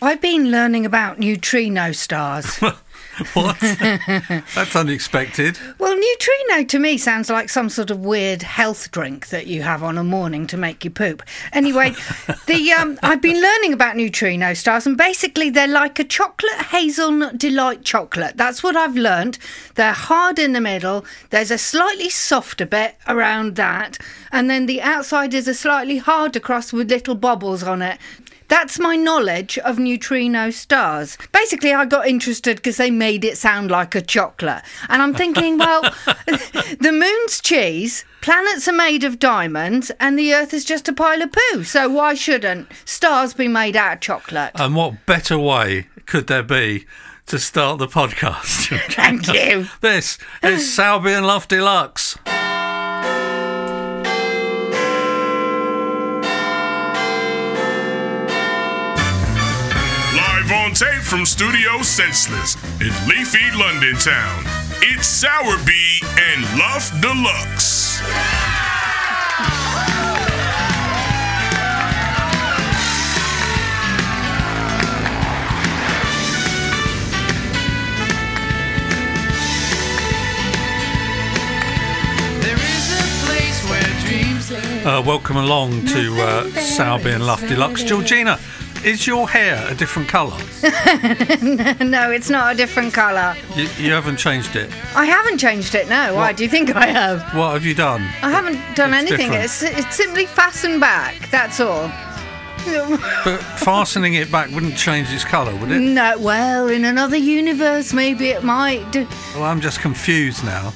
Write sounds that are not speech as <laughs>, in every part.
I've been learning about neutrino stars. What? That's unexpected. well, neutrino to me sounds like some sort of weird health drink that you have on a morning to make you poop. Anyway, the um, I've been learning about neutrino stars, and basically they're like a chocolate hazelnut delight chocolate. That's what I've learnt. They're hard in the middle. There's a slightly softer bit around that, and then the outside is a slightly harder crust with little bubbles on it. That's my knowledge of neutrino stars. Basically, I got interested because they made it sound like a chocolate. And I'm thinking, <laughs> well, the moon's cheese, planets are made of diamonds, and the earth is just a pile of poo. So why shouldn't stars be made out of chocolate? And what better way could there be to start the podcast? <laughs> Thank you. this is Salby and Lofty Lux. Live on tape from Studio Senseless in leafy London town. It's Sour Bee and Luff Deluxe. There is a place where dreams live. Uh, welcome along to uh, Salby and Lofty Lux. Georgina, is your hair a different colour? no, it's not a different colour. You, you haven't changed it. I haven't changed it, no. Why do you think I have? What have you done? I haven't done It's anything. different. It's, it's simply fastened back, that's all. <laughs> But fastening it back wouldn't change its colour, would it? No, well, in another universe, maybe it might. Do. Well, I'm just confused now.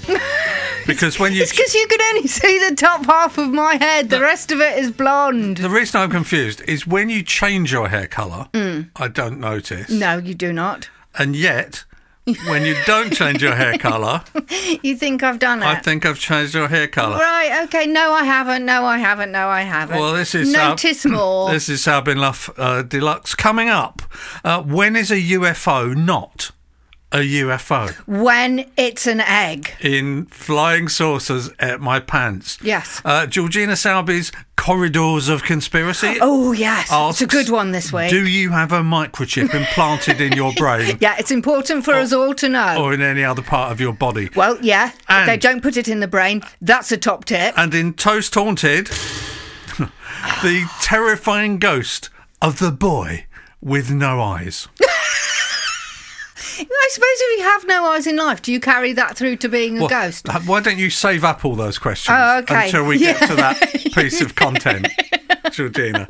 Because when you It's because you can only <laughs> see the top half of my head. The rest of it is blonde. The reason I'm confused is when you change your hair colour, I don't notice. No, you do not. And yet, when you don't change your <laughs> hair colour, You think I've done it? I think I've changed your hair colour. Right, okay. No, I haven't. No, I haven't. No, I haven't. Well, this is uh, <clears throat> Notice more. This is Sabin Luff uh, Deluxe coming up. Uh, when is a UFO not a UFO? When it's an egg. In flying saucers at my pants. Yes. Uh, Georgina Salby's Corridors of Conspiracy. <gasps> Oh, yes. it's a asks, good one this week. Do you have a microchip implanted <laughs> in your brain yeah, it's important Oh, for us all to know. or in any other part of your body? well, yeah, And- Uh, they don't put it in the brain. That's a top tip. and in Toast Haunted, <laughs> the terrifying ghost of the boy with no eyes. I suppose if you have no eyes in life, do you carry that through to being a Well, ghost? h- uh, Why don't you save up all those questions Oh, okay. until we get <laughs> to that piece of content, <laughs> Georgina?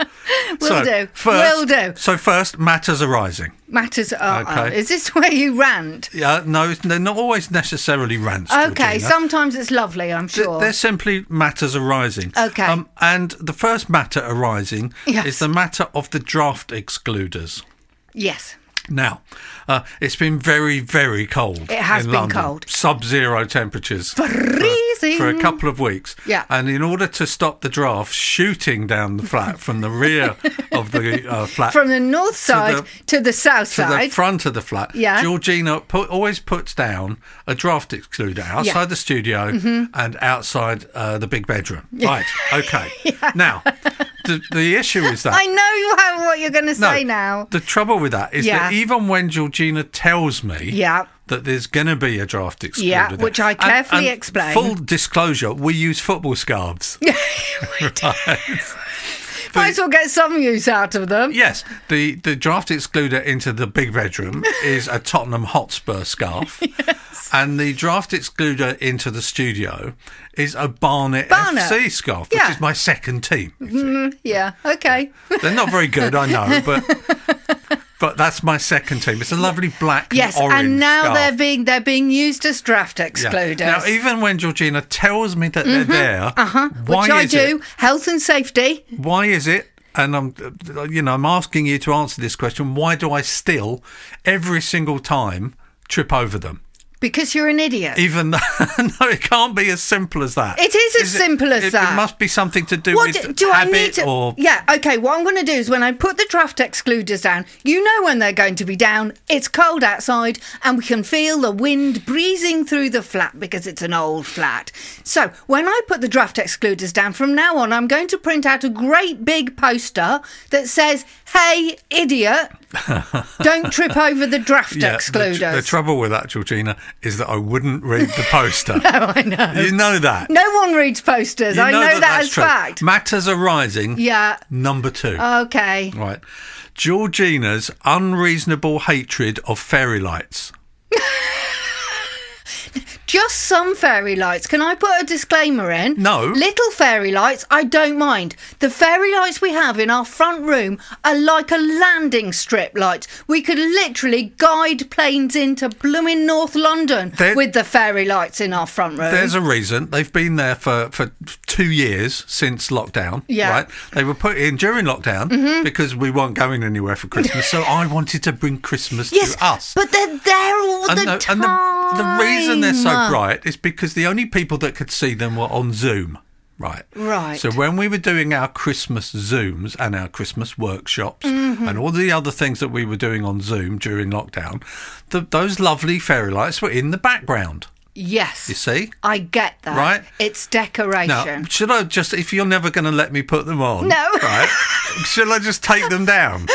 Will do. First, Will do. So first, matters arising. Matters are. are- Okay. Is this where you rant? Yeah, no, they're not always necessarily rants. Okay, Georgina. sometimes it's lovely, I'm Th- sure. They're simply matters arising. Um, Okay. and the first matter arising Yes. is the matter of the draft excluders. yes. Now, uh, it's been very, very cold. It has in been London. cold. Sub-zero temperatures for, Freezing. for a couple of weeks. Yeah. And in order to stop the draft shooting down the flat from <laughs> the rear of the uh, flat From the north side to the- the, south to side. the front of the flat, Yeah. Georgina put, always puts down a draft excluder outside Yeah. Mm-hmm. the studio and outside uh, the big bedroom. Right. <laughs> Okay. Now, the, the issue is that I know you have what you're going to say now. the trouble with that is that Yeah. even when Georgina tells me Yeah. that there's going to be a draft excluder, Yeah, there- which I carefully and explained. Full disclosure: we use football <laughs> scarves. Might as well get some use out of them. yes, the the draft excluder into the <laughs> big bedroom is a Tottenham Hotspur scarf, and the draft excluder into the studio is a Barnet, Barnet. FC scarf, Yeah. Mm-hmm. which is my second team. Yeah, okay. They're not very good, I know, <laughs> but. But that's my second team. It's a lovely black Yes, and orange and now scarf. they're being they're being used as draft Yeah. excluders. Now, even when Georgina tells me that they're there, uh-huh. why Mm-hmm. which I is do. Health and safety. it? Why is it? And I'm, uh, you know, I'm asking you to answer this question. Why do I still, every single time, trip over them? Because you're an idiot. Even <laughs> though, no, it can't be as simple as that. It is as simple as it, It that. must be something to do What with do I habit need to? or Yeah, okay. What I'm going to do is when I put the draft excluders down, you know when they're going to be down. It's cold outside, and we can feel the wind breezing through the flat because it's an old flat. So when I put the draft excluders down from <laughs> now on, I'm going to print out a great big poster that says "Hey, idiot." Don't trip over the draft Yeah, the, excluders. tr- the trouble with that, Georgina, is that I wouldn't read the <laughs> poster. oh, I know. You <laughs> know that. No one reads posters. You I know that, that's as true. fact. Matters arising. Yeah. Number two. Okay. right. Georgina's unreasonable hatred of fairy lights. Just some fairy lights. Can I put a disclaimer in? No. Little fairy lights, I don't mind. The fairy lights we have in our front room are like a landing strip light. We could literally guide planes into blooming North London There- with the fairy lights in our front room. There's a reason. They've been there for, for two years since lockdown. Yeah. Mm-hmm. Right? They were put in during lockdown because we weren't going anywhere for Christmas. so I wanted to bring Christmas yes, to us. but they're there all the the- time. the, the reason they're so bright is because the only people that could see them were on Zoom. Right. Right. So when we were doing our Christmas Zooms and our Christmas workshops Mm-hmm. and all the other things that we were doing on Zoom during lockdown, the, those lovely fairy lights were in the background. Yes. You see? I get that. Right? It's Now, decoration. should I just, if you're never going to let me put them on, No. <laughs> right? should I just take them down?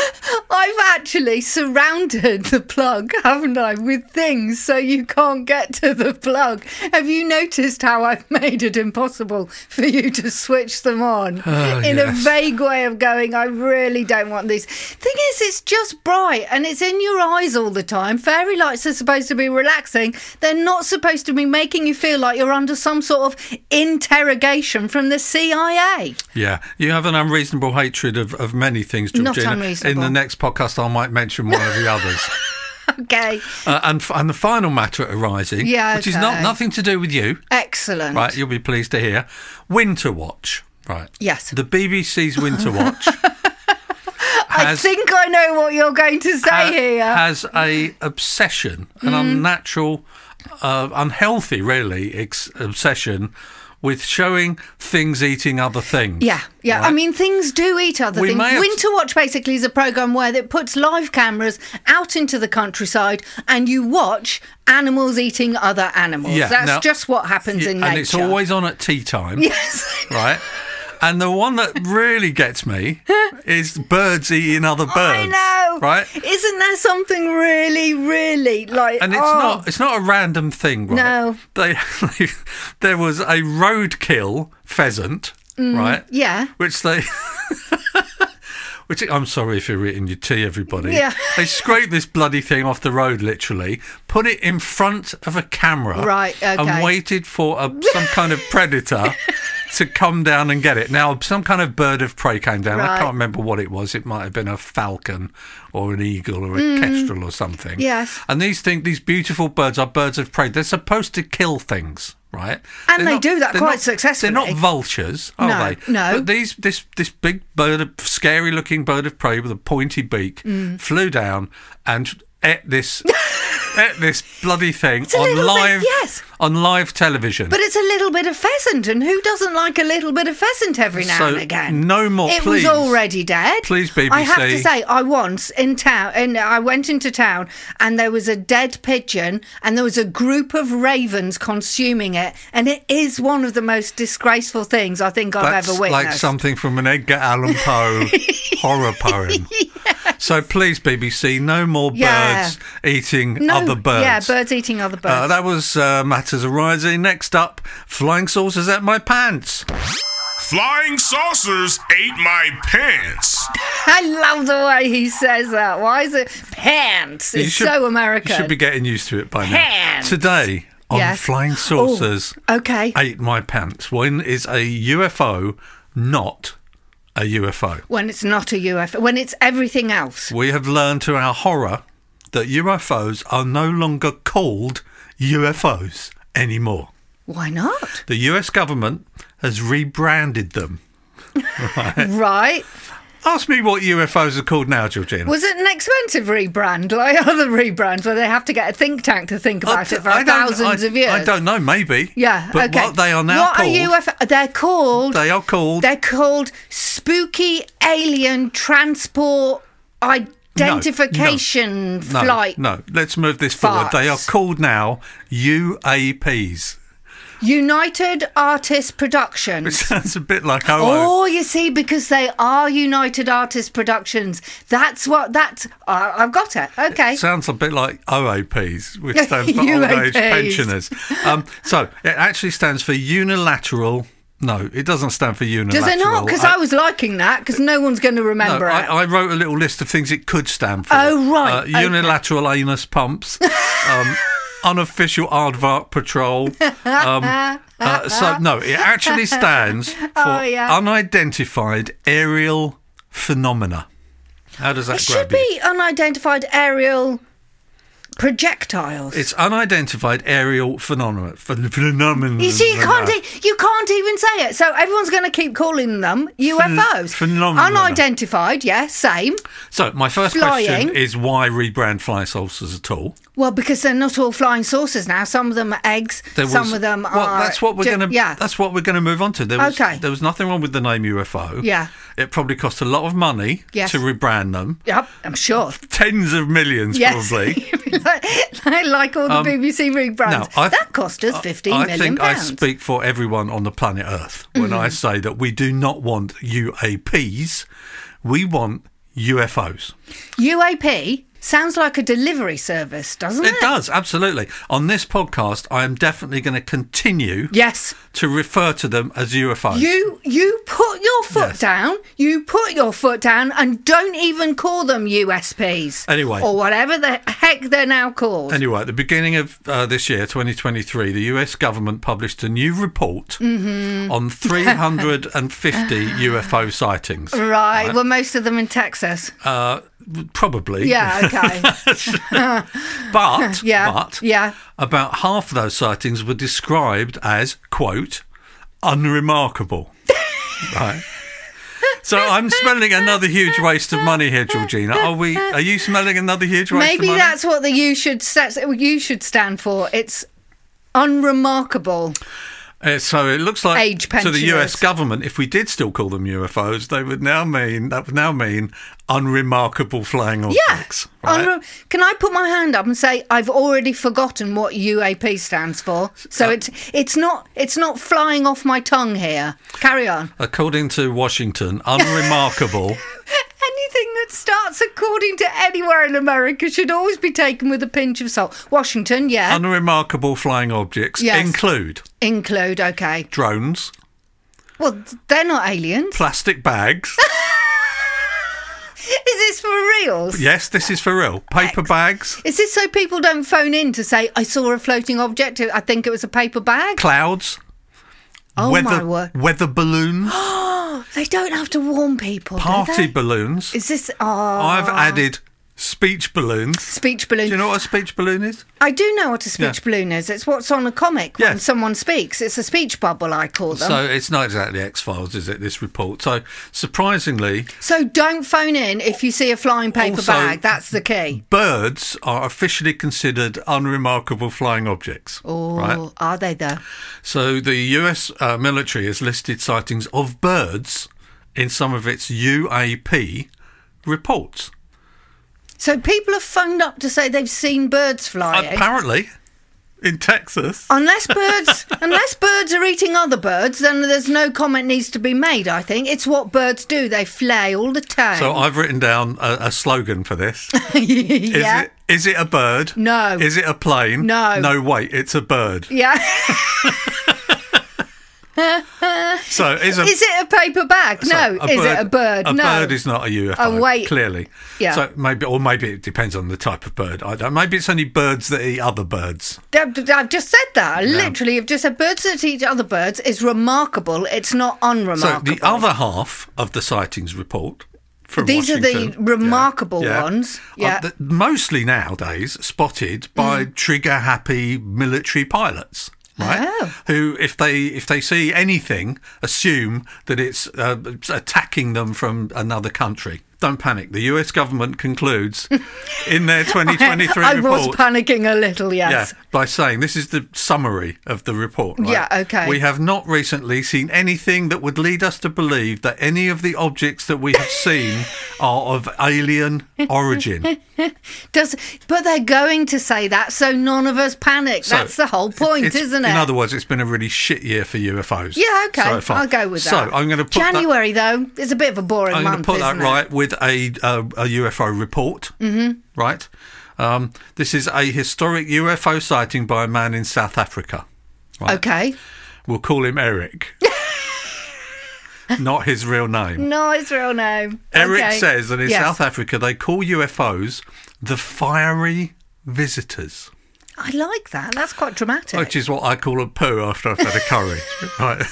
I've actually surrounded the plug, haven't I, with things so you can't get to the plug. Have you noticed how I've <laughs> made it impossible for you to switch them on? in Ah, yes. a vague way of going, I really don't want these. Thing is, it's just bright and it's in your eyes all the time. Fairy lights are supposed to be relaxing, they're not supposed to be making you feel like you're under some sort of interrogation from the CIA. Yeah, you have an unreasonable hatred of, of many things, Not Georgina. In unreasonable. the next podcast, I might mention one of the others. <laughs> Okay, Uh, and f- and the final matter arising, Yeah, which is not okay. nothing to do with you, excellent. right? You'll be pleased to hear. Winter Watch, right? Yes. The BBC's Winter Watch <laughs> I think I know what you're going to say ha- here. has a obsession, an Mm-hmm. unnatural, uh, unhealthy, really ex- obsession with showing things eating other things. yeah, yeah. I right? mean, things do eat other We things. may have- Winter Watch basically is a program where it puts live cameras out into the countryside, and you watch animals eating other animals. Yeah, That's now- just what happens Yeah, in and nature. it's always on at tea <laughs> time. yes. right? And the one that really gets me <laughs> is birds eating other birds. Oh, I know. Right? Isn't there something really, really like? And it's oh, not it's not a random thing, right? No. They, <laughs> there was a roadkill pheasant, Mm. right? Yeah. Which they <laughs> Which I'm sorry if you're eating your tea, everybody. Yeah. They scraped this bloody thing off the road, literally, put it in front of a camera, Right, okay. and waited <laughs> for a, some kind of predator to come down and get it. Now, some kind of bird of prey came down. I Right. can't remember what it was. It might have been a falcon or an eagle or a kestrel or something. Mm. Yes. And these things, these beautiful birds, are birds of prey. They're supposed to kill things. Right, And They're they do that they're quite not- successfully. They're not vultures, are No, they? no. But these this this big bird, of, scary-looking bird of prey with a pointy beak, Mm. flew down and ate <laughs> this. ate this bloody thing a on little bit- live yes. on live television. But it's a little bit of pheasant, and who doesn't like a little bit of pheasant every now So, and again? no more, It please. was already dead. Please, I have to BBC. say, I once in town, and I went into town, and there was a dead pigeon, and there was a group of ravens consuming it, and it is one of the most disgraceful things I think I've That's ever witnessed. like something from an Edgar <laughs> Allan Poe horror poem. So please, BBC, no more Yeah. birds eating no, other birds. Yeah, birds eating other birds. Uh, that was uh, Matters Arising. Next up, Flying Saucers at My Pants. Flying saucers ate my pants. I love the way he says that. Why is it pants? It's so American. You should be getting used to it by Pants. now. Today on Yes. Flying Oh, Saucers okay. Ate My Pants. When is a UFO not a UFO? when it's not a UFO, when it's everything else. We have learned to our horror that UFOs are no longer called UFOs anymore. Why <laughs> not? The US government has rebranded them. right. Ask me what UFOs are called now, Georgina. Was it an expensive rebrand like <laughs> other rebrands where they have to get a think tank to think about it for I don't- thousands I- of years? I don't know, maybe. Yeah. But okay. what they are now What called, are UFO? They're called. they are called They're called spooky alien transport identification no, flight. No, let's move this forward. They are farts. called now UAPs. United Artists It Productions. <laughs> sounds a bit like oh, Oh, you see, because they are United Artists Productions. That's what that's. Uh, I've got it. Okay. Sounds a bit like OAPs, <laughs> which stands for old UAPs. age pensioners. Um, so it actually stands for unilateral. No, it doesn't stand for unilateral. Does it not? Because I, was liking that because no one's going to No, remember I, it. I wrote a little list of things it could stand for. Oh, right, Uh, okay. unilateral <laughs> anus pumps, um, unofficial aardvark patrol. <laughs> Um, uh, so no, it actually stands for Oh, yeah. unidentified aerial phenomena. How does that it should grab you? be unidentified aerial projectiles. It's unidentified aerial phenomena. phen- Phenomena. you see, you can't, e- you can't even say it. So everyone's going to keep calling them UFOs. phenomena. Unidentified, yeah, same. So my first question Flying. is why rebrand fly saucers at all? Well, because they're not all flying saucers now. Some of them are eggs. There some was- of them well, are. That's what we're ju- going to. Yeah. That's what we're going to move on to. There was, Okay. There was nothing wrong with the name UFO. Yeah. It probably cost a lot of money Yes. to rebrand them. Yep, I'm sure. Tens of millions, Yes. <laughs> probably. like, like all the BBC now, rebrands. I've- that cost us fifteen I million think pounds. Mm-hmm. I speak for everyone on the planet Earth when I say that we do not want UAPs. We want UFOs. UAP sounds like a delivery service, doesn't it? It does, absolutely. On this podcast, I am definitely going to continue Yes. to refer to them as UFOs. You you put your foot Yes. down. You put your foot down, and don't even call them USPs. Anyway. or whatever the heck they're now called. Anyway, at the beginning of uh, this year, 2023, the US government published a new report Mm-hmm. <laughs> on 350 UFO sightings. right. Well, most of them in Texas. Uh, probably. <laughs> yeah. Okay. <laughs> But, Yeah, but yeah. about half of those sightings were described as, quote, unremarkable. <laughs> right. So I'm smelling another huge waste of money here, Georgina. Are we? Are you smelling another huge waste Maybe of money? that's what the you should sta- you should stand for. It's unremarkable. Uh, so it looks like Age to the US pensioners. government, if we did still call them UFOs, they would now mean that would now mean unremarkable flying objects. right? Unre- Can I put my hand up and say I've already forgotten what UAP stands for? So Uh, it's it's not it's not flying off my tongue here. Carry on. According to Washington, <laughs> unremarkable. Anything that starts according to anywhere in America should always be taken with a pinch of salt. Washington, yeah. Um, unremarkable flying objects Yes. include Include, okay. drones, Well, they're not aliens. <laughs> plastic bags. Is this for reals? yes, this is for real. Paper bags, Is this so people don't phone in to say I saw a floating object? I think it was a paper bag. clouds, Oh my weather word! <gasps> weather balloons, They don't have to warn people. do they? party balloons. Is this? Oh, I've added speech balloons. speech balloon. Do you know what a speech balloon is? I do know what a speech Yeah. balloon is. It's what's on a comic when Yes. someone speaks. It's a speech bubble, I call them. So, So it's not exactly X Files, is it? This report. So surprisingly, don't phone in if you see a flying paper Also- bag. That's the key. birds are officially considered unremarkable flying objects. Or Right. are they though? So the U.S. Uh, military has listed sightings of birds in some of its UAP reports. So people have phoned up to say they've seen birds flying. Apparently, in Texas. Unless <laughs> birds, unless birds are eating other birds, then there's no comment needs to be made. I think it's what birds do. They flay all the time. <laughs> So I've written down a, a slogan for this. Is yeah, it is it a bird? No. Is it a plane? No. No, wait, it's a bird. yeah. So is <laughs> a Is it a paper bag? So no. is it a bird? A no. bird is not a UFO. A wait- Clearly. Yeah. So maybe, or maybe it depends on the type of bird. I don't. Maybe it's only birds that eat other birds. I've I've just said that. I Literally, I've just said birds that eat other birds is remarkable. It's not So unremarkable. the other half of the sightings report. From These are the Washington- Uh, remarkable ones. Yeah. Mm. th- mostly nowadays spotted by trigger happy military pilots. Right, Oh. who if they if they see anything, assume that it's uh, attacking them from another country. Don't panic. The US <laughs> government concludes in their <laughs> 2023 I report. was panicking a little, Yeah, yes. by saying this is the summary of the report. right? Yeah, okay. We have not recently seen anything that would lead us to believe that any of the objects that we have <laughs> seen are of alien origin. Does but they're going to say that, so none of us panic. So, That's the whole point, It's- isn't it? In other words, it's been a really shit year for UFOs. yeah, okay. so far. I'll go with that. So I'm going to put that- January though is a bit of a boring I'm going to month. put that isn't it? right with a uh, a UFO report. Mm-hmm. Right. Um, this is a historic UFO sighting by a man in South Africa. Right. Okay. We'll call him Eric. Not his real name. No, it's real name. Eric Okay. says that in Yes. South Africa they call UFOs the fiery visitors, I like that. That's quite dramatic. which is what I call a poo after I've had a curry. <laughs> right.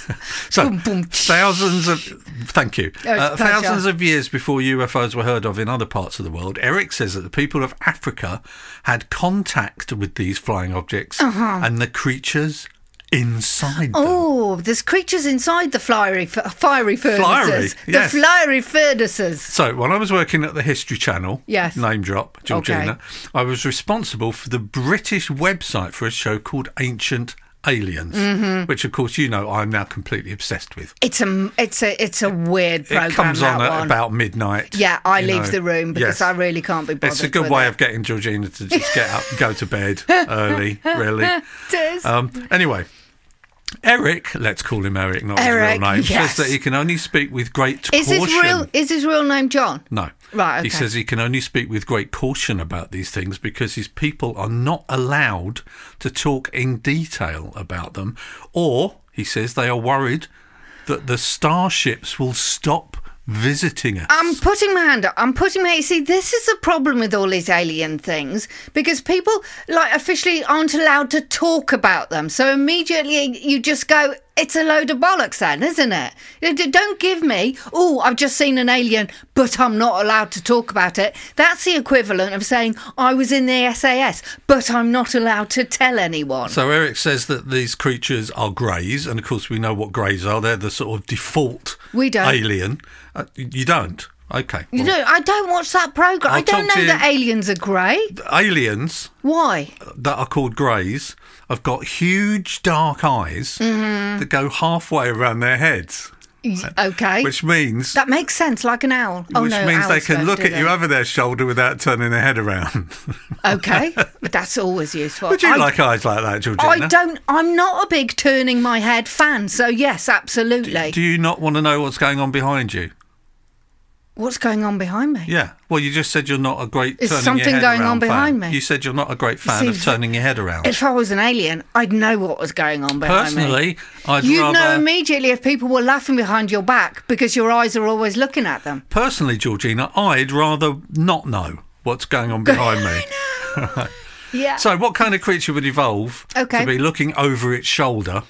So boom. thousands of thank you. Oh, it's a Uh, pleasure. thousands of years before UFOs were heard of in other parts of the world, Eric says that the people of Africa had contact with these flying objects and the creatures inside them. Uh-huh. Oh, there's creatures inside the fiery, f- fiery furnaces. the yes. fiery furnaces. So, when I was working at the History Channel, Yes. name drop, Georgina, Okay. I was responsible for the British website for a show called Ancient Aliens, Mm-hmm. which, of course, you know, I'm now completely obsessed with. It's a, it's a, it's a weird program. it comes on that at one. about midnight. Yeah, I you leave know. the room because Yes. I really can't be bothered. It's a good with way it. of getting Georgina to just get up and go <laughs> to bed early, really. It is. Um, anyway, Eric, let's call him Eric, not his Eric, real name, yes. says that he can only speak with great Is caution. his real is his real name John? No. Right, okay. He says he can only speak with great caution about these things because his people are not allowed to talk in detail about them, or, he says, they are worried that the starships will stop visiting us. I'm putting my hand up. I'm putting my. You see, this is the problem with all these alien things because people like officially aren't allowed to talk about them. So immediately you just go, "It's a load of bollocks," then, isn't it? You d- Don't give me. Oh, I've just seen an alien, but I'm not allowed to talk about it. That's the equivalent of saying I was in the SAS, but I'm not allowed to tell anyone. So Eric says that these creatures are greys, and of course we know what greys are. They're the sort of default We don't. alien. Uh, you don't. Okay. you Well, know, I don't watch that program. I'll I don't talk to know you- that aliens are grey. aliens Why? that are called greys have got huge dark eyes Mm-hmm. that go halfway around their heads, Okay. which means That makes sense, like an owl. Oh, which no, means they owls can don't, look do at you they? over their shoulder without turning their head around. <laughs> Okay, that's always useful. Would you I, like eyes like that, Georgina? I don't. I'm not a big turning my head fan, so yes, absolutely. Do you not want to know what's going on behind you? What's going on behind me? Yeah. Well, you just said you're not a great. Is turning something your head going on around behind fan. me? You said you're not a great fan See, of turning your head around. If I was an alien, I'd know what was going on behind me. Personally, I'd You'd rather. know immediately if people were laughing behind your back because your eyes are always looking at them. personally, Georgina, I'd rather not know what's going on behind me. Yeah. So, what kind of creature would evolve Okay. to be looking over its shoulder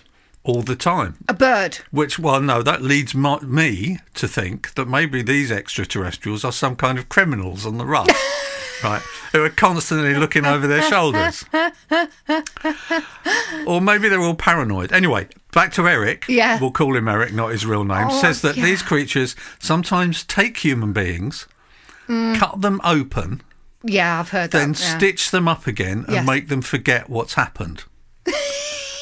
all the time? a bird. Which, well, no, that leads my, me to think that maybe these extraterrestrials are some kind of criminals on <laughs> the run, right? Who are constantly looking over their shoulders. or maybe they're all paranoid. Anyway, back to Eric. Yeah. We'll call him Eric, not his real name. Oh, says that yeah. these creatures sometimes take human beings, Mm. cut them open, Yeah, I've heard then that. yeah. stitch them up again and Yes. make them forget what's happened.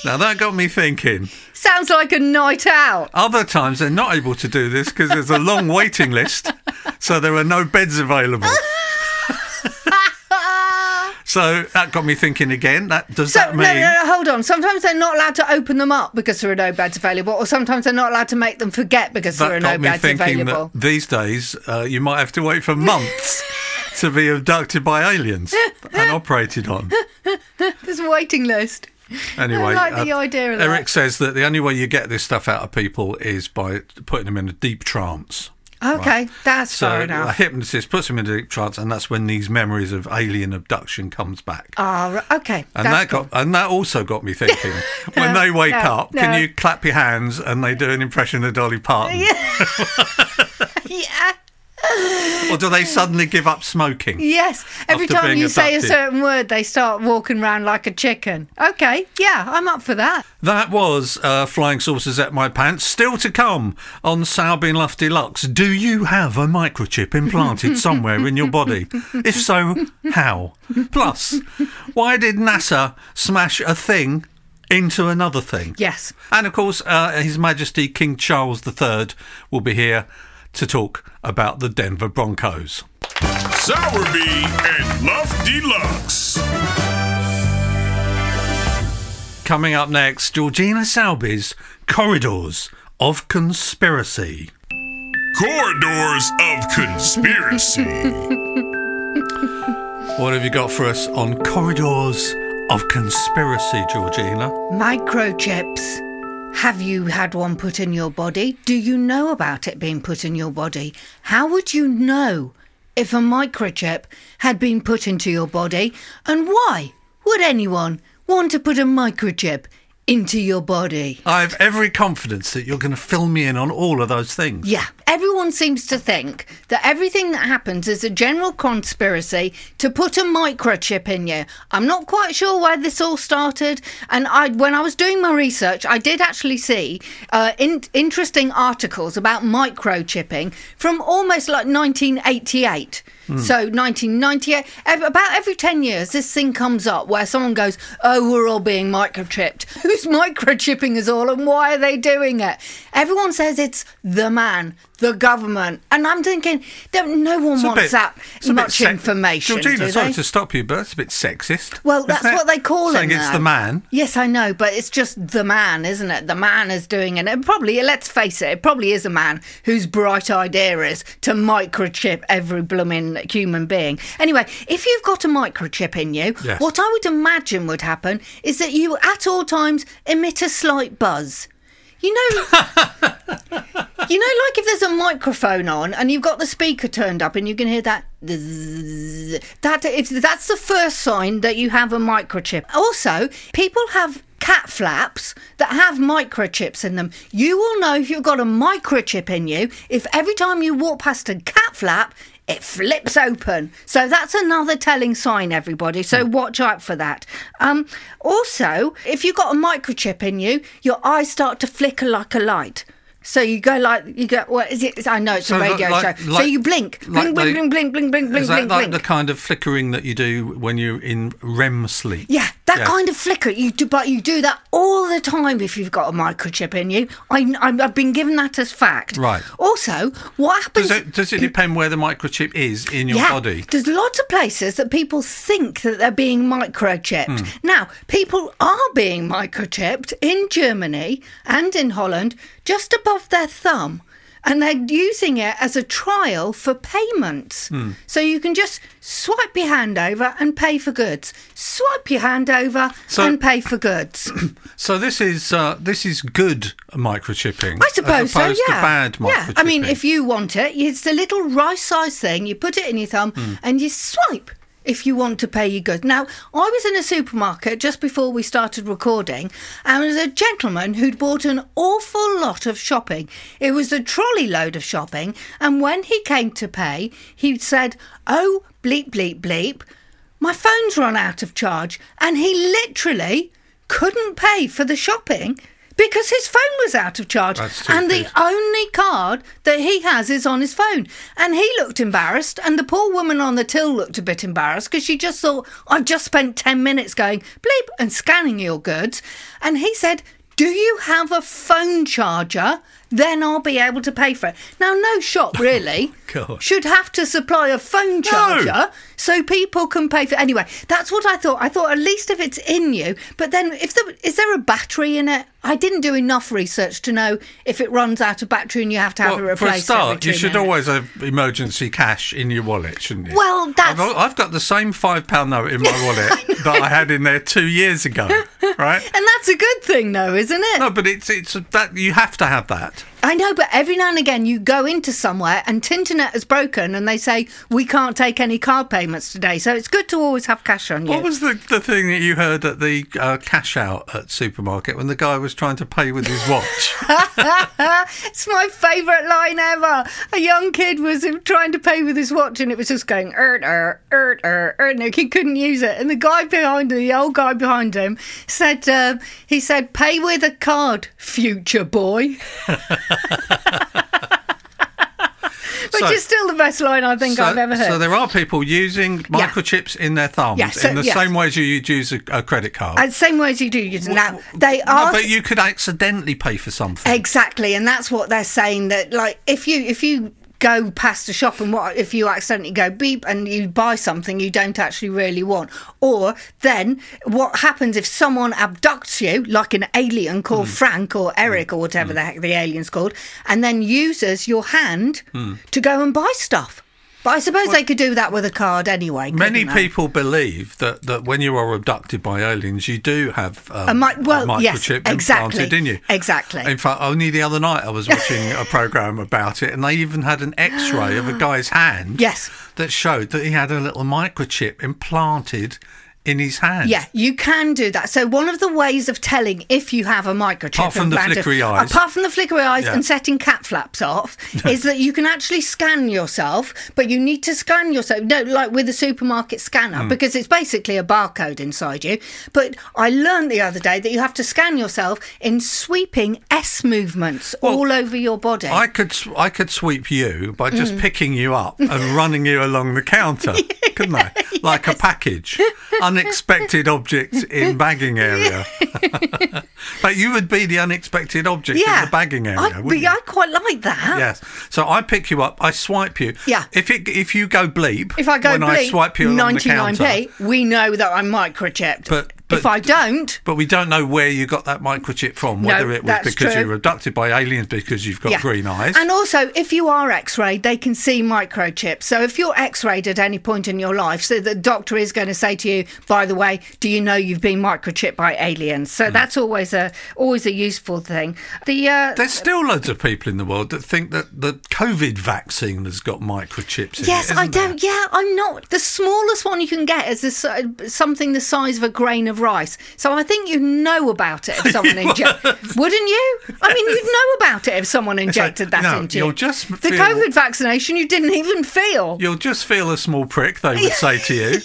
now, that got me thinking. Sounds like a night out. Other times they're not able to do this because there's a long waiting list, so there are no <laughs> beds available. so that got me thinking again. That does So that no, no, mean? no, hold on. Sometimes they're not allowed to open them up because there are no beds available, or sometimes they're not allowed to make them forget because there are That no got me beds thinking available. that these days uh, you might have to wait for <laughs> months to be abducted by aliens and operated on. There's a waiting list. Anyway, uh, I like the idea of that. Eric says that the only way you get this stuff out of people is by putting them in a deep trance. Okay, that's So uh, fair a enough. hypnotist puts them in a deep trance, and that's when these memories of alien abduction comes back. Ah, right, okay. And that's that got, and that also got me thinking. when they <laughs> wake no, up, no. can you <laughs> clap your hands and they do an impression of Dolly Parton? cool. <laughs> yeah. or do they suddenly give up smoking? Yes. Every After time being you say a abducted. certain word, they start walking round like a chicken. Okay. Yeah, I'm up for that. That was uh, Flying Saucers at My Pants. Still to come on Salby and Lufty Lux. Do you have a microchip implanted somewhere in your body? If so, how? Plus, why did NASA smash a thing into another thing? Yes. And of course, uh, His Majesty King Charles III will be here to talk about the Denver Broncos. Sowerby and Love Deluxe. Coming up next, Georgina Salby's Corridors of Conspiracy. Corridors of Conspiracy. What have you got for us on Corridors of Conspiracy, Georgina? Microchips. Have you had one put in your body? Do you know about it being put in your body? How would you know if a microchip had been put into your body? And why would anyone want to put a microchip into your body? I have every confidence that you're going to fill me in on all of those things. Yeah. Everyone seems to think that everything that happens is a general conspiracy to put a microchip in you. I'm not quite sure where this all started. And I, when I was doing my research, I did actually see uh, in- interesting articles about microchipping from almost like 1988. Hmm. So 1998, ev- about every 10 years, this thing comes up where someone goes, Oh, we're all being microchipped. <laughs> Who's microchipping us all and why are they doing it? Everyone says it's the man, the government. And I'm thinking, don't- no one It's a wants bit- that it's a bit much sex- information. Georgina, do sorry they? to stop you, but it's a bit sexist. Well, isn't that's it? what they call uh, Saying him. it's though. the man. Yes, I know, but it's just the man, isn't it? The man is doing it. And probably, let's face it, it probably is a man whose bright idea is to microchip every blooming human being. Anyway, if you've got a microchip in you, Yes. what I would imagine would happen is that you, at all times, emit a slight buzz. You know, you know, like if there's a microphone on and you've got the speaker turned up and you can hear that. zzzz, That if that's the first sign that you have a microchip. Also, people have cat flaps that have microchips in them. You will know if you've got a microchip in you if every time you walk past a cat flap. It flips open. So that's another telling sign, everybody. So watch out for that. Um, also, if you've got a microchip in you, your eyes start to flicker like a light. So you go like you go. What is it? I know it's a So like- radio like- show. so like- you blink, blink, blink, like the- blink, blink, blink, blink, blink, Is that blink, like blink. the kind of flickering that you do when you're in REM sleep? yeah, that Yeah. kind of flicker. You do, but you do that all the time if you've got a microchip in you. I, I, I've been given that as fact. Right. Also, what happens? Does it, does it depend where the microchip is in your yeah, body? there's lots of places that people think that they're being microchipped. Hmm. Now, people are being microchipped in Germany and in Holland just above their thumb. And they're using it as a trial for payments. Hmm. So you can just swipe your hand over and pay for goods. Swipe your hand over So- and pay for <coughs> goods. So this is uh, this is good microchipping. I suppose as opposed so. Yeah. to bad microchipping. Yeah. I mean, if you want it, it's a little rice-sized thing. You put it in your thumb Mm. and you swipe if you want to pay your goods. Now, I was in a supermarket just before we started recording, and there was a gentleman who'd bought an awful lot of shopping. It was a trolley load of shopping, and when he came to pay, he said, "Oh, bleep, bleep, bleep." My phone's run out of charge, and he literally couldn't pay for the shopping because his phone was out of charge. That's too And the good. only card that he has is on his phone. And he looked embarrassed, and the poor woman on the till looked a bit embarrassed because she just thought, I've just spent 10 minutes going bleep and scanning your goods. And he said, Do you have a phone charger? Then I'll be able to pay for it. Now, no shop really God. should have to supply a phone charger so people can pay for anyway that's what i thought i thought at least if it's in you but then if there is there a battery in it i didn't do enough research to know if it runs out of battery and you have to have it Well, for replaced a every start, two you should minutes. always have emergency cash in your wallet, shouldn't you? Well, that's- I've, I've got the same five pound <laughs> note in my wallet that I had in there two years ago, right? and that's a good thing though isn't it No, but it's it's that you have to have that. I know, but every now and again you go into somewhere and Tinternet has broken and they say, we can't take any card payments today. So it's good to always have cash on you. What was the, the thing that you heard at the uh, cash out at supermarket when the guy was trying to pay with his watch? it's my favourite line ever. A young kid was uh, trying to pay with his watch and it was just going, er, er, er, er, er, and he couldn't use it. And the guy behind him, the old guy behind him, said, um, he said, pay with a card, future boy. <laughs> Which So- is still the best line <laughs> I think I've ever heard. so there are people using microchips in their thumbs Yeah, so- in the yes. same way as you'd use a, a credit card. And same way as you do use it now. They No, are but you could accidentally pay for something. exactly, and that's what they're saying. That like if you if you go past a shop and what if you accidentally go beep and you buy something you don't actually really want, or then what happens if someone abducts you like an alien called Mm. Frank or Eric or whatever the heck the alien's called, and then uses your hand Mm. to go and buy stuff. But I suppose they could do that with a card anyway. Many couldn't they? people believe that, that when you are abducted by aliens, you do have um, A mi- well, yes, microchip exactly, implanted in you. exactly. In fact, only the other night <laughs> I was watching a program about it, and they even had an <gasps> X-ray of a guy's hand. Yes. That showed that he had a little microchip implanted in his hand. Yeah, you can do that. So one of the ways of telling if you have a microchip, Apart from the implanted- flickery eyes. apart from the flickery eyes Yeah. and setting cat flaps <laughs> off, is that you can actually scan yourself, but you need to scan yourself, no, like with a supermarket scanner, Hmm. because it's basically a barcode inside you. But I learned the other day that you have to scan yourself in sweeping S movements all over your body. I could s- I could sweep you by just Mm. picking <laughs> you up and running you along the counter, couldn't I? Like a package, unexpected object <laughs> in bagging area. <laughs> but you would be the unexpected object in the bagging area, I, wouldn't you? I quite like that. Yes. So I pick you up, I swipe you. Yeah. If it if you go bleep, If I go when I bleep, swipe you along the 99p, counter, we know that I'm microchipped. But- but- if I don't, but we don't know where you got that microchip from. No, Whether it was that's because true. you were abducted by aliens because you've got Yeah. green eyes. And also, if you are x rayed, they can see microchips. So if you're x rayed at any point in your life, so the doctor is going to say to you, by the way, do you know you've been microchipped by aliens? Hmm. So that's always a always a useful thing. The uh, There's still loads of people in the world that think that the COVID vaccine has got microchips in Yes, it. I isn't there? don't. Yeah, I'm not. The smallest one you can get is this, uh, something the size of a grain of rice. So I think you know about it <laughs> if someone injected. Wouldn't you? I mean, you'd know about it if someone injected that no, into you. you'll just the feel- COVID vaccination you didn't even feel. You'll just feel a small prick, they would say <laughs> to you.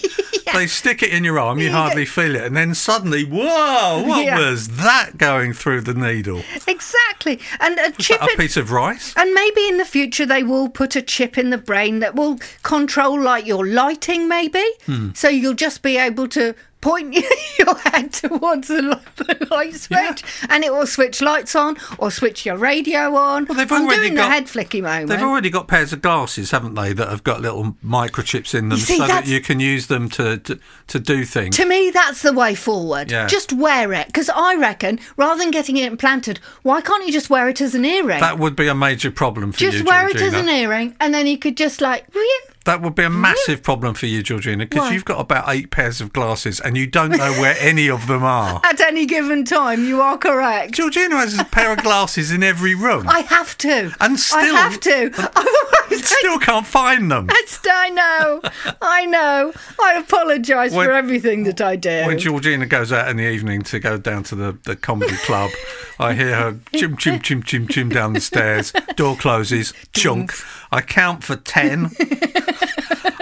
They stick it in your arm, you hardly feel it, and then suddenly, whoa, what Yeah. was that going through the needle? Exactly. And a Was chip. that a in- piece of rice? and maybe in the future they will put a chip in the brain that will control like your lighting, maybe. Hmm. So you'll just be able to point <laughs> your head towards the light, the light switch, and it will switch lights on or switch your radio on. Well, they've I'm already doing got- the head flicky moment. They've already got pairs of glasses, haven't they, that have got little microchips in them see, so that that's- you can use them to, to, to do things. To me, that's the way forward. Yeah. Just wear it, because I reckon rather than getting it implanted, why can't you just wear it as an earring? that would be a major problem for just you, wear Georgina. it as an earring, and then you could just like. <laughs> That would be a massive problem for you, Georgina, because Why? you've got about eight pairs of glasses and you don't know <laughs> where any of them are. At any given time, you are correct. Georgina has a pair of glasses in every room I have to. And still- I have to. <laughs> Otherwise, <laughs> I- still can't find them. That's- I know. I know. I apologise When- for everything that I do. When Georgina goes out in the evening to go down to the, the comedy club, I hear her chim, chim, chim, chim, chim down the stairs. <laughs> Door closes, chunk. I count for 10.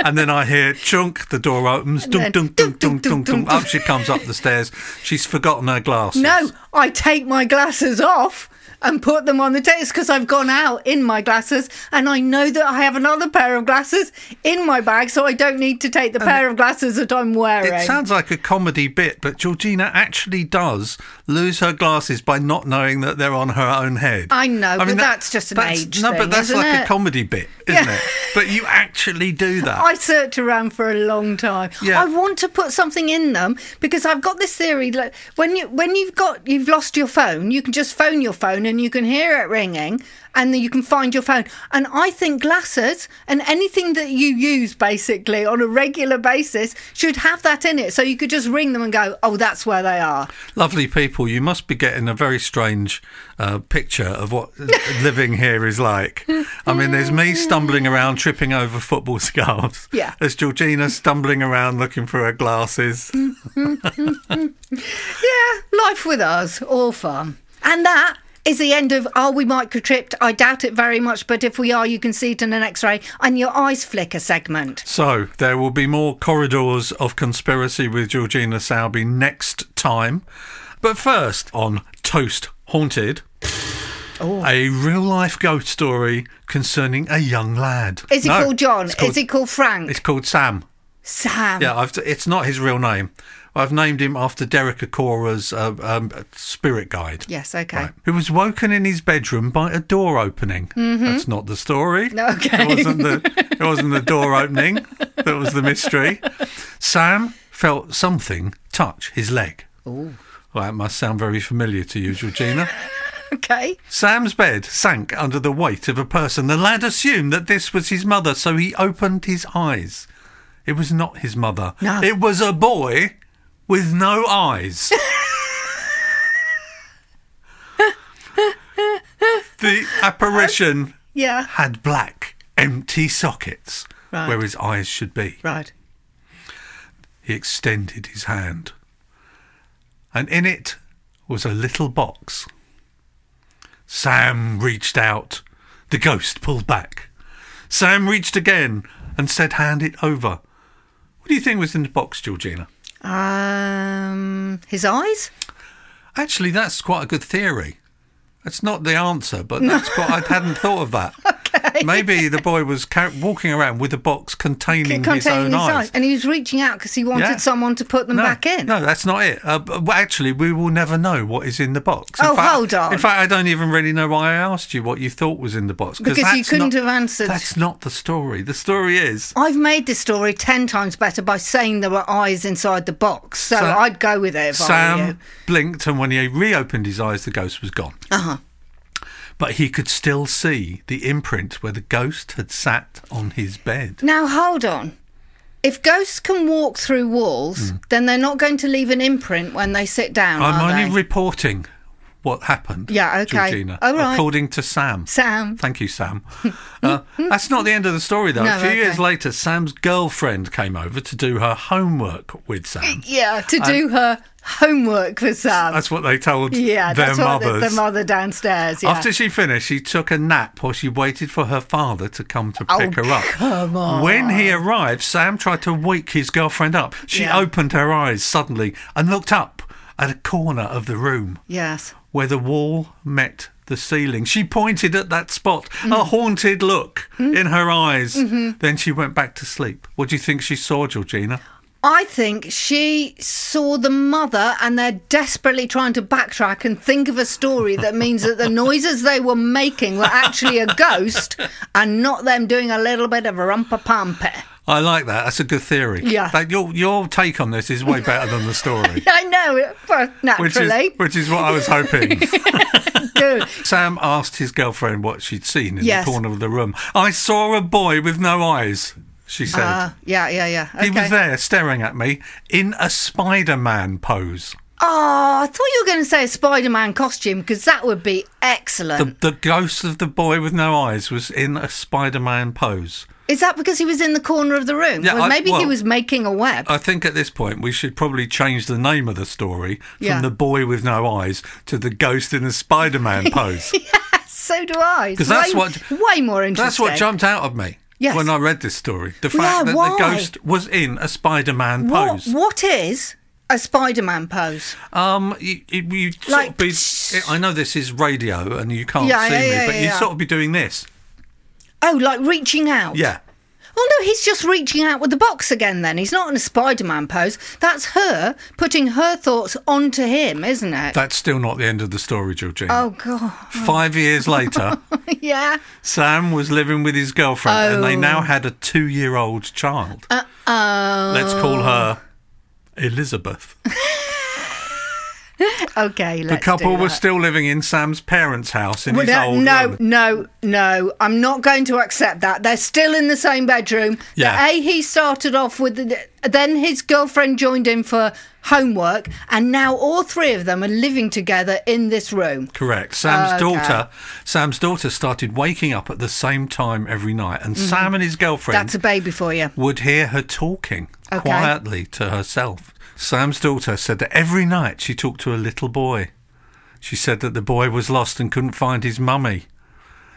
And then I hear chunk, the door opens, then dunk, dunk, dunk, dunk, dunk, dunk, dunk, dunk. dunk, Up she comes up the stairs. She's forgotten her glasses. no, I take my glasses off and put them on the table because I've gone out in my glasses and I know that I have another pair of glasses in my bag, so I don't need to take the pair of glasses that I'm wearing. It sounds like a comedy bit, but Georgina actually does lose her glasses by not knowing that they're on her own head. I know, but that's just an age No, but thing, that's isn't like a it? comedy bit, isn't Yeah. it? But you actually do <laughs> that. I search around for a long time. Yeah. I want to put something in them because I've got this theory like when you when you've got you've lost your phone, you can just phone your phone phone and you can hear it ringing and then you can find your phone. And I think glasses and anything that you use basically on a regular basis should have that in it. So you could just ring them and go, oh, that's where they are. Lovely people, you must be getting a very strange uh, picture <laughs> of what living here is like. I mean, there's me stumbling around, tripping over football <laughs> scarves. Yeah. There's Georgina stumbling around looking for her glasses. Yeah, life with us, all fun. And that is the end of Are We Microtripped? I doubt it very much, but if we are, you can see it in an x ray and your eyes flicker segment. So there will be more corridors of conspiracy with Georgina Salby next time. But first, on Toast Haunted, Oh. a real life ghost story concerning a young lad. Is he No, called John? It's called, is he Oh. called Frank? it's called Sam. Sam. Yeah, I've, it's not his real name. I've named him after Derek Acora's uh, um, spirit guide. Yes, okay. Right. Who was woken in his bedroom by a door opening. That's not the story. Mm-hmm. No, okay. It wasn't the, it wasn't the <laughs> door opening that was the mystery. Sam felt something touch his leg. Ooh. Well, that must sound very familiar to you, Georgina. Okay. Sam's bed sank under the weight of a person. The lad assumed that this was his mother, so he opened his eyes. It was not his mother. No. It was a boy with no eyes. the apparition Yeah. had black, empty sockets Right. where his eyes should be. Right. He extended his hand, and in it was a little box. Sam reached out. The ghost pulled back. Sam reached again and said, Hand it over. What do you think was in the box, Georgina? Um, his eyes? Actually, that's quite a good theory. That's not the answer, but that's quite, I <laughs> hadn't thought of that. Okay. Maybe the boy was car- walking around with a box containing, his own Containing his eyes. eyes. And he was reaching out because he wanted Yeah. someone to put them no, back in. No, that's not it. Uh, b- well, actually, we will never know what is in the box. In Oh, fact- hold on. In fact, I don't even really know why I asked you what you thought was in the box Because you that's couldn't not- have answered. That's not the story. The story is I've made this story 10 times better by saying there were eyes inside the box. So Sam- I'd go with it if I were you. Sam blinked, and when he reopened his eyes, the ghost was gone. Uh Uh-huh. huh. But he could still see the imprint where the ghost had sat on his bed. Now, hold on. If ghosts can walk through walls, then they're not going to leave an imprint when they sit down. Hmm. I'm are only they? reporting what happened. Yeah, okay. Georgina, All right. according to Sam. Sam. Thank you, Sam. <laughs> Uh, that's not the end of the story, though. No, a few okay. years later, Sam's girlfriend came over to do her homework <laughs> with Sam. Yeah, to do her homework for Sam. That's what they told yeah, their that's what mothers. the, the mother downstairs. Yeah. After she finished, she took a nap while she waited for her father to come to Oh, pick her up. come on. When he arrived, Sam tried to wake his girlfriend up. She Yeah. opened her eyes suddenly and looked up at a corner of the room. yes. where the wall met the ceiling. She pointed at that spot, Mm-hmm. a haunted look in her eyes. Then she went back to sleep. What do you think she saw, Georgina? I think she saw the mother and they're desperately trying to backtrack and think of a story that means <laughs> that the noises they were making were actually a ghost and not them doing a little bit of a rumpa pampa. I like that. That's a good theory. Yeah. That, your, your take on this is way better than <laughs> the story. I know, it- well, Which is, naturally. <laughs> which is what I was hoping. do. Sam asked his girlfriend what she'd seen in Yes. the corner of the room. I saw a boy with no eyes, she said. Ah, yeah, yeah, yeah. Okay. he was there staring at me in a Spider Man pose. Oh, I thought you were going to say a Spider Man costume because that would be The, excellent. the ghost of the boy with no eyes was in a Spider Man pose. Is that because he was in the corner of the room? Yeah, well, I- maybe he well- was making a web. I think at this point we should probably change the name of the story from Yeah. the boy with no eyes to the ghost in a Spider <laughs> Man pose. so do I. Because that's way, what- <laughs> way more interesting. That's what jumped out of me Yes. when I read this story. The yeah, fact that why? the ghost was in a Spider Man What, pose. what is a Spider Man pose? Um, you, you, you sort Like- of be. I know this is radio and you can't Yeah, see yeah, me, yeah, but yeah, you yeah. sort of be doing this. Oh, like reaching out. Yeah. Well, no, he's just reaching out with the box again. Then he's not in a Spider Man pose. That's her putting her thoughts onto him, isn't it? That's still not the end of the story, Georgina. oh God. <laughs> Five years later. yeah. Sam was living with his girlfriend, and they Oh. now had a two-year-old child. Uh oh. Let's call her Elizabeth. Okay, The let's couple do that. was still living in Sam's parents' house in Well, his no, old no, room. no, no. I'm not going to accept that. They're still in the same bedroom. Yeah. That A, he started off with, the, then his girlfriend joined him for homework, and now all three of them are living together in this room. Correct. Sam's Okay. daughter, Sam's daughter started waking up at the same time every night, and Sam and his girlfriend Mm-hmm. That's a baby for you. would hear her talking Okay. quietly to herself. Sam's daughter said that every night she talked to a little boy. She said that the boy was lost and couldn't find his mummy.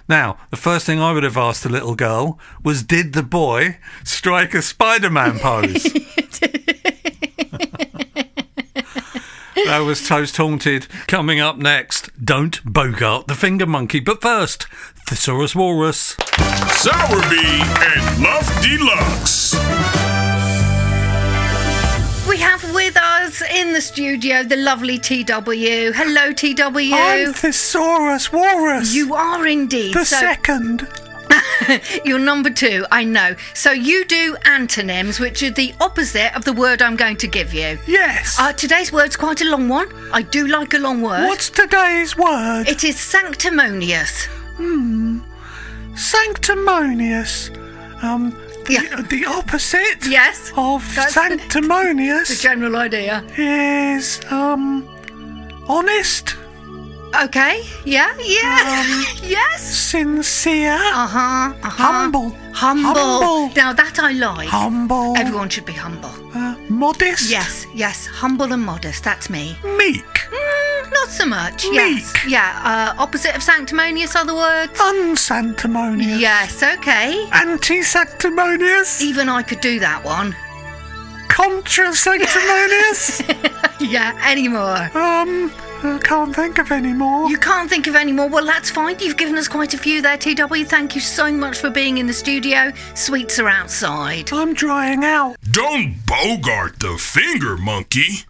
Now, the first thing I would have asked the little girl was did the boy strike a Spider Man pose? that was Toast Haunted. Coming up next, don't bogart the finger monkey, but first, Thesaurus Walrus. Sowerby and Love Deluxe. We have with us in the studio the lovely TW. Hello, TW. I'm Thesaurus Walrus. you are indeed. the So- second. You're number two, I know. So you do antonyms, which are the opposite of the word I'm going to give you. Yes. Uh, today's word's quite a long one. I do like a long word. What's today's word? It is sanctimonious. Sanctimonious. Um, the, Yeah. the opposite Yes. of That's- The <laughs> sanctimonious general idea. is um honest, Okay. Yeah. Yeah. <laughs> yes. sincere, Uh huh. Uh-huh. Um, Humble. Humble. Humble. Now that I like. humble, Everyone should be humble. uh, modest, Yes. Yes. Humble and modest. That's me. meek, Mm, not so much. Yes. Meek. Yeah. Uh, opposite of sanctimonious. Other words. unsanctimonious, Yes. Okay. anti-sanctimonious, Even I could do that one. <laughs> contra-sanctimonious. yeah. Any more? um, I can't think of any more. You can't think of any more. Well, that's fine. You've given us quite a few there, TW. Thank you so much for being in the studio. Sweets are outside. I'm drying out. Don't bogart the finger monkey.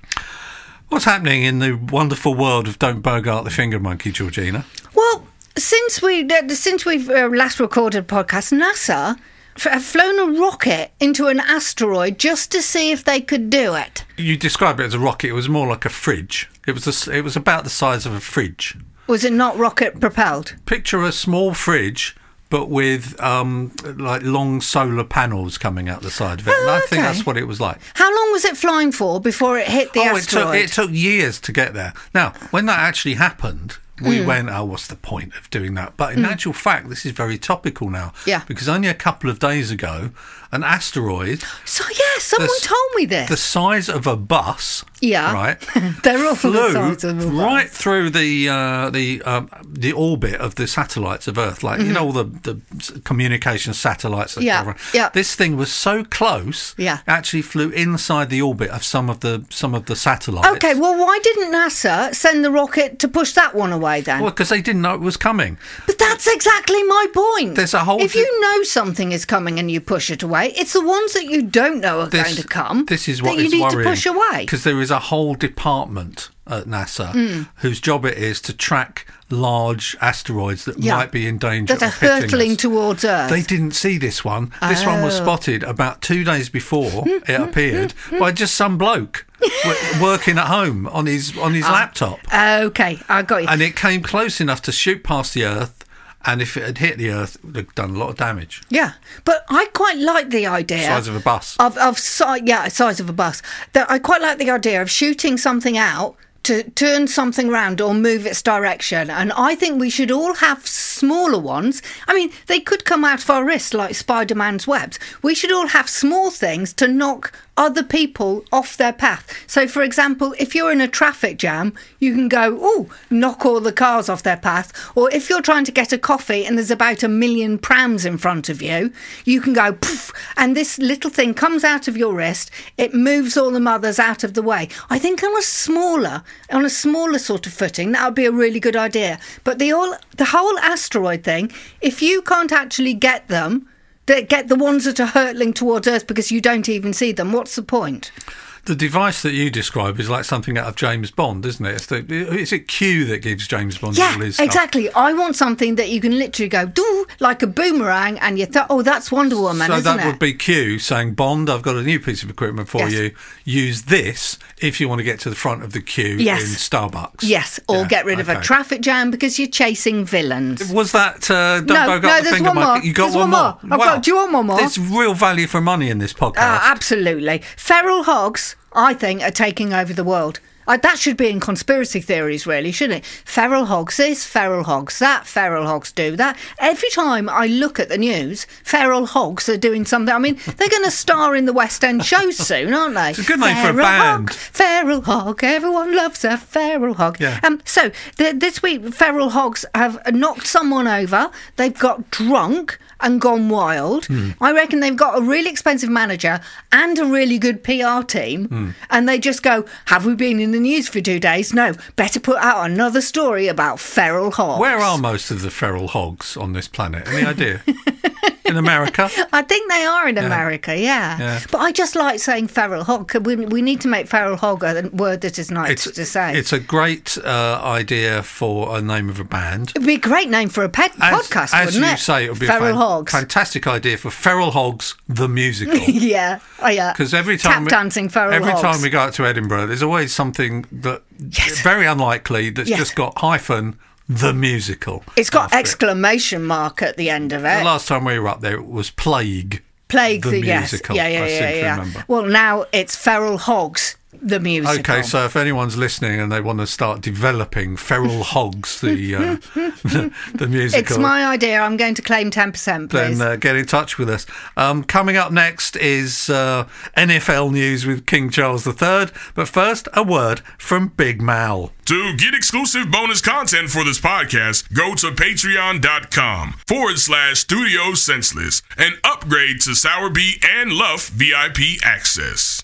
What's happening in the wonderful world of Don't Bogart the Finger Monkey, Georgina? Well, since we uh, since we've uh, last recorded a podcast, NASA f- have flown a rocket into an asteroid just to see if they could do it. You described it as a rocket. It was more like a fridge. It was a s it was about the size of a fridge. Was it not rocket propelled? Picture a small fridge, but with um, like long solar panels coming out the side of it. and I think Oh, okay. that's what it was like. How long was it flying for before it hit the oh, it took, asteroid? it took years to get there. Now, when that actually happened, we Hmm. went, oh, what's the point of doing that? But in actual fact, this is very topical now. Yeah. Because only a couple of days ago, an asteroid so yeah, someone s- told me this. the size of a bus. Yeah. Right. <laughs> They're all the flew size of a bus. right through the uh, the um, the orbit of the satellites of Earth, like you know all the the s- communication satellites. That Mm-hmm. Yeah, go around. yeah. This thing was so close. Yeah. it Actually, flew inside the orbit of some of the some of the satellites. okay, well, why didn't NASA send the rocket to push that one away then? Well, because they didn't know it was coming. But that's exactly my point. There's a whole If thi- you know something is coming and you push it away, it's the ones that you don't know are going to come. This is that what you is need worrying, to push away. Hmm. because there is a whole department at NASA whose job it is to track large asteroids that Yeah. might be in danger That are of hitting hurtling us. towards Earth. Oh. They didn't see this one. This one was spotted about two days before Hmm, it appeared by just some bloke w- working at home on his <laughs> on his Oh. laptop, okay, I got you. and it came close enough to shoot past the Earth. And if it had hit the Earth, it would have done a lot of damage. yeah, but I quite like the idea. Size of a bus. Of, of si- yeah, size of a bus. That I quite like the idea of shooting something out to turn something round or move its direction. And I think we should all have smaller ones. I mean, they could come out of our wrists like Spider Man's webs. We should all have small things to knock other people off their path. So, for example, if you're in a traffic jam, you can go, oh, knock all the cars off their path. Or if you're trying to get a coffee and there's about a million prams in front of you, you can go, poof, and this little thing comes out of your wrist. It moves all the mothers out of the way. I think on a smaller, on a smaller sort of footing, that would be a really good idea. But the, all, the whole asteroid thing, if you can't actually get them, that get the ones that are hurtling towards Earth because you don't even see them. What's the point? the device that you describe is like something out of James Bond, isn't it? It's, the, it's it Q that gives James Bond Yeah, all his stuff. exactly. I want something that you can literally go do like a boomerang, and you thought, "Oh, that's Wonder Woman," So isn't that it? would be Q saying, Bond, I've got a new piece of equipment for Yes. you. Use this if you want to get to the front of the queue Yes. in Starbucks. yes, or Yeah, get rid of a okay. traffic jam because you're chasing villains. Was that uh, Don't No, Bogart no, the there's Finger one Monkey? more. You got There's one one more. I've got- do you want one more? There's real value for money in this podcast. Uh, absolutely. Feral hogs, I think, are taking over the world. Uh, that should be in conspiracy theories, really, shouldn't it? Feral hogs this, feral hogs that, feral hogs do that. Every time I look at the news, feral hogs are doing something. I mean, they're going to star in the West End shows soon, aren't they? It's a good name for a Hog, band. feral hog, everyone loves a feral hog. Yeah. Um, so th- this week, feral hogs have knocked someone over. They've got drunk and gone wild. Hmm. I reckon they've got a really expensive manager and a really good PR team, Hmm. and they just go, "Have we been in the news for two days? No, better put out another story about feral hogs." Where are most of the feral hogs on this planet? Any idea? <laughs> in America? I think they are in America, yeah. Yeah. But I just like saying feral hog. 'cause We, we need to make feral hog a word that is nice It's, to say. it's a great uh, idea for a name of a band. It'd be a great name for a pet podcast, as wouldn't you it? say, it would be Feral a fan- Hogs. fantastic idea for Feral Hogs the musical. <laughs> yeah, oh yeah. Because every time tap we, dancing Feral every Hogs. time we go out to Edinburgh, there's always something that very unlikely that's Yes. just got hyphen the musical. it's got after it. exclamation mark at the end of it. The last time we were up there, it was Plague. Plague the the, yes, musical. yeah, yeah, I yeah, seem to yeah. remember. Well, now it's Feral Hogs the musical. Okay, so if anyone's listening and they want to start developing Feral Hogs, the uh, <laughs> the, the musical, it's my idea. I'm going to claim ten percent, please. then uh, get in touch with us. Um, coming up next is uh, NFL news with King Charles III. But first, a word from Big Mal. To get exclusive bonus content for this podcast, go to patreon.com forward slash studio senseless and upgrade to Sour B and Luff VIP access.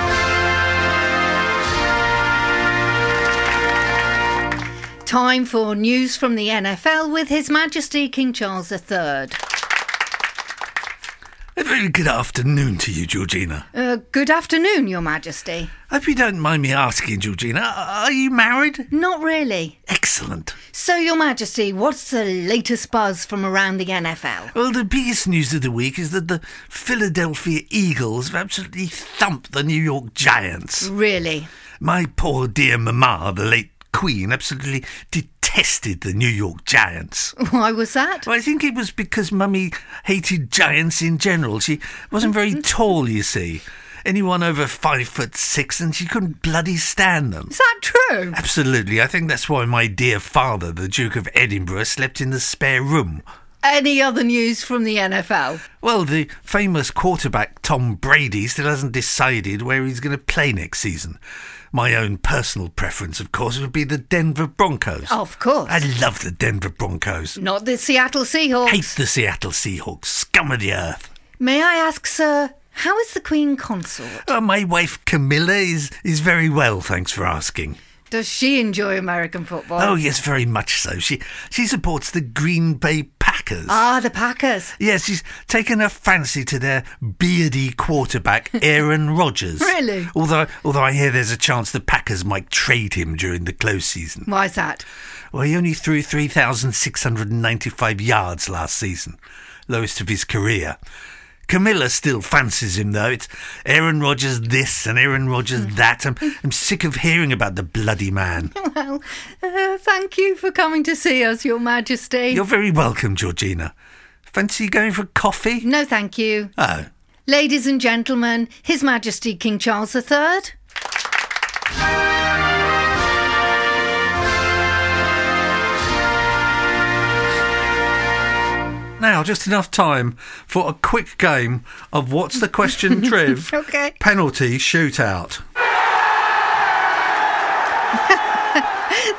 uh, Time for news from the NFL with His Majesty King Charles III. A very good afternoon to you, Georgina. Uh, good afternoon, Your Majesty. Hope you don't mind me asking, Georgina, are you married? Not really. Excellent. So, Your Majesty, what's the latest buzz from around the NFL? Well, the biggest news of the week is that the Philadelphia Eagles have absolutely thumped the New York Giants. Really? <laughs> My poor dear mamma, the late Queen, absolutely detested the New York Giants. Why was that? Well, I think it was because Mummy hated giants in general. She wasn't very Mm-hmm. tall, you see. Anyone over five foot six, and she couldn't bloody stand them. Is that true? Absolutely, I think that's why my dear father, the Duke of Edinburgh, slept in the spare room. Any other news from the NFL? Well, the famous quarterback Tom Brady still hasn't decided where he's going to play next season. My own personal preference, of course, would be the Denver Broncos. Oh, Of course. I love the Denver Broncos. Not the Seattle Seahawks. Hate the Seattle Seahawks, scum of the earth. May I ask, sir, how is the Queen consort? Oh, my wife Camilla is, is very well, thanks for asking. Does she enjoy American football? Oh, yes, very much so. She she supports the Green Bay Packers. Ah, the Packers. yes, she's taken a fancy to their beardy <laughs> quarterback, Aaron Rodgers. Really? Although although I hear there's a chance the Packers might trade him during the close season. Why's that? Well, he only threw 3,695 yards last season, lowest of his career. Camilla still fancies him, though. It's Aaron Rodgers this and Aaron Rodgers that. I'm, I'm sick of hearing about the bloody man. Well, uh, thank you for coming to see us, Your Majesty. You're very welcome, Georgina. Fancy going for coffee? No, thank you. Oh. Ladies and gentlemen, His Majesty King Charles III. Now, just enough time for a quick game of What's the Question Triv Okay. penalty shootout.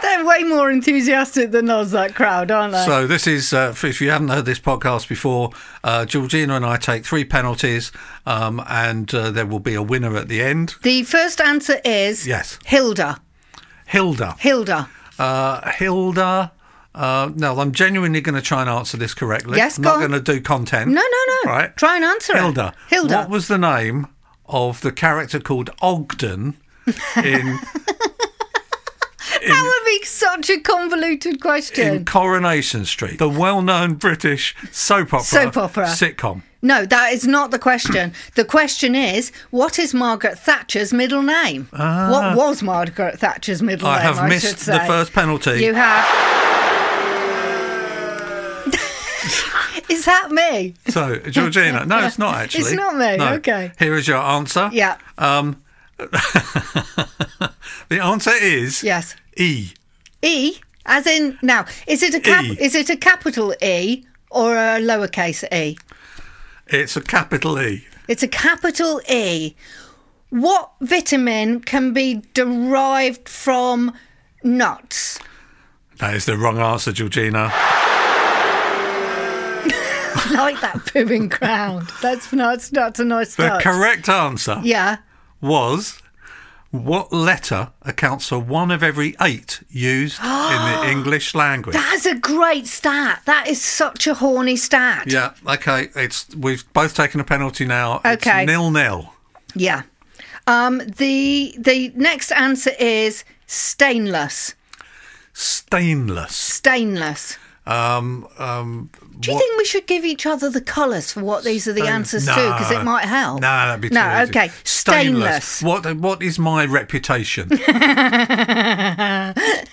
They're way more enthusiastic than us, that crowd, aren't they? So this is uh, f- if you haven't heard this podcast before, uh, Georgina and I take three penalties, um, and uh, there will be a winner at the end. the first answer is Yes. Hilda. Hilda, Hilda. uh, Hilda. Uh, no, I'm genuinely going to try and answer this correctly. Yes, I'm go not on. going to do content. No, no, no. Right. Try and answer it. Hilda. Hilda. What was the name of the character called <laughs> Ogden in That would be such a convoluted in question. Coronation Street, the well-known British soap opera, Soap opera. sitcom. no, that is not the question. the question is, what is Margaret Thatcher's middle name? what was Margaret Thatcher's middle Ah. I name? have should missed the say? first penalty. You have. <laughs> is that me? So, Georgina, no, it's not actually. It's not me, No. okay. Here is your answer. Yeah. Um, the answer is Yes. E. E, as in now, is it a cap- E. is it a capital E or a lowercase e? It's a capital E. It's a capital E. What vitamin can be derived from nuts? That is the wrong answer, Georgina. I like that <laughs> pooing ground. That's not that's a nice The start. correct answer yeah. was what letter accounts for one of every eight used in <gasps> the English language? That's a great stat. That is such a horny stat. Yeah, okay. It's we've both taken a penalty now. Okay. It's nil nil. Yeah. Um, the the next answer is stainless. Stainless. Stainless. Um, um, Do you think we should give each other the colours for what these are the answers to? Because it might help. No, that'd be too no. easy. okay, stainless. What what is my reputation?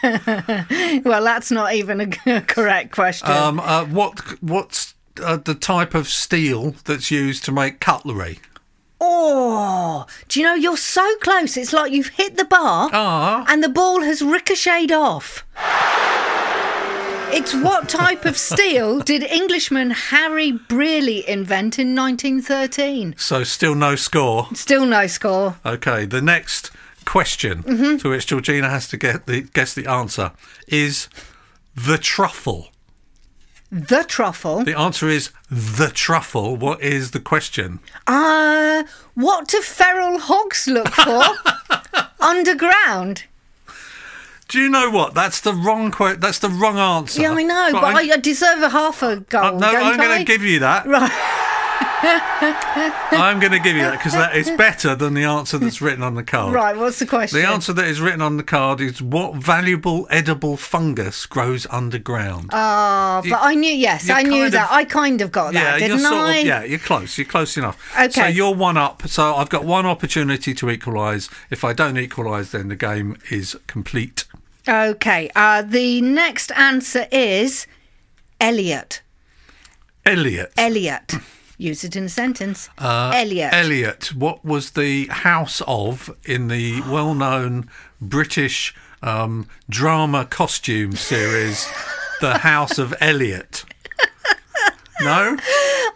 Well, that's not even a <laughs> g- correct question. um, uh, what what's uh, the type of steel that's used to make cutlery? oh, do you know you're so close? It's like you've hit the bar, and the ball has ricocheted off. It's what type of <laughs> steel did Englishman Harry Brearley invent in 1913? So still no score. Still no score. Okay, the next question Mm-hmm. to which Georgina has to get the guess the answer is the truffle. The truffle. The answer is the truffle. What is the question? Uh, what do feral hogs look <laughs> for underground? Do you know what? That's the wrong quote. That's the wrong answer. Yeah, I know, but, Uh, I'm- I, I deserve a half a goal, Uh, no, don't I'm going I? to give you that. Right. I'm going to give you that because that is better than the answer that's written on the card. Right, what's the question? The answer that is written on the card is what valuable edible fungus grows underground? Oh, but I knew, yes, you I knew kind that. of- I kind of got that, you're didn't sort I? of yeah, you're close. You're close enough. So Okay. you're one up. So I've got one opportunity to equalise. If I don't equalise, then the game is complete. Okay, uh, the next answer is Elliot. Elliot. Elliot. Use it in a sentence. Uh, Elliot. Elliot, what was the house of in the well known British um, drama costume series, The House of Elliot? No? <laughs>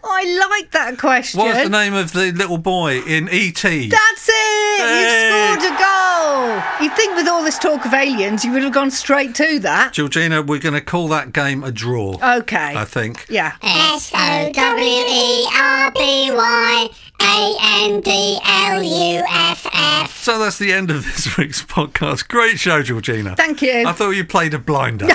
I like that question. What was the name of the little boy in E E.T.? That's it! Hey. You've scored a goal! You'd think with all this talk of aliens, you would have gone straight to that. Georgina, we're going to call that game a draw. Okay. I think. Yeah. S O W E R B Y A N D L U F F. So that's the end of this <laughs> week's podcast. Great show, Georgina. Thank you. I thought you played <laughs> a blinder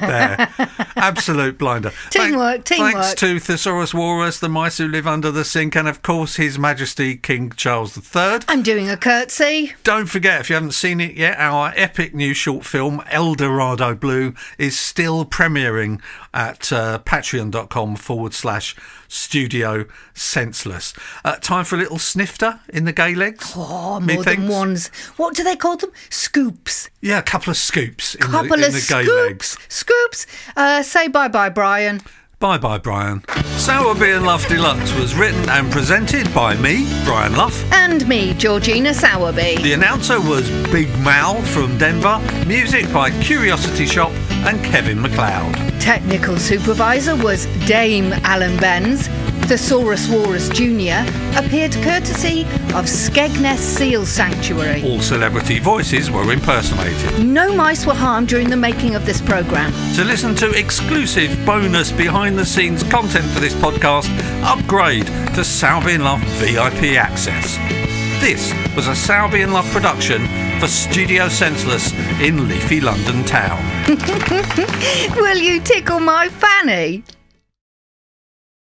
there. Absolute blinder. Teamwork, teamwork. Thanks to Thesaurus Walrus, the mice who live under the sink, and of course, His Majesty King Charles III. I'm doing a curtsy. Don't forget, if you haven't seen it yet, our epic new short film, El Dorado Blue, is still premiering at uh, patreon.com forward slash studio senseless. Uh, time for a little snifter in the gay legs. Oh, more than methinks. ones. What do they call them? Scoops. Yeah, a couple of scoops in, Couple the, in of the gay scoops. legs. Scoops. Uh, say bye bye, Brian. Bye bye, Brian. Sour Beer Love Deluxe was written and presented by me, Brian Luff. And me, Georgina Sowerby. The announcer was Big Mal from Denver. Music by Curiosity Shop and Kevin McLeod. Technical supervisor was Dame Alan Benz. Thesaurus Warus Jr. appeared courtesy of Skegness Seal Sanctuary. All celebrity voices were impersonated. No mice were harmed during the making of this <laughs> programme. To listen to exclusive bonus behind the scenes content for this podcast, upgrade to Sourby and Love VIP access. This was a Sourby and Love production for Studio Senseless in leafy London town. Will you tickle my fanny?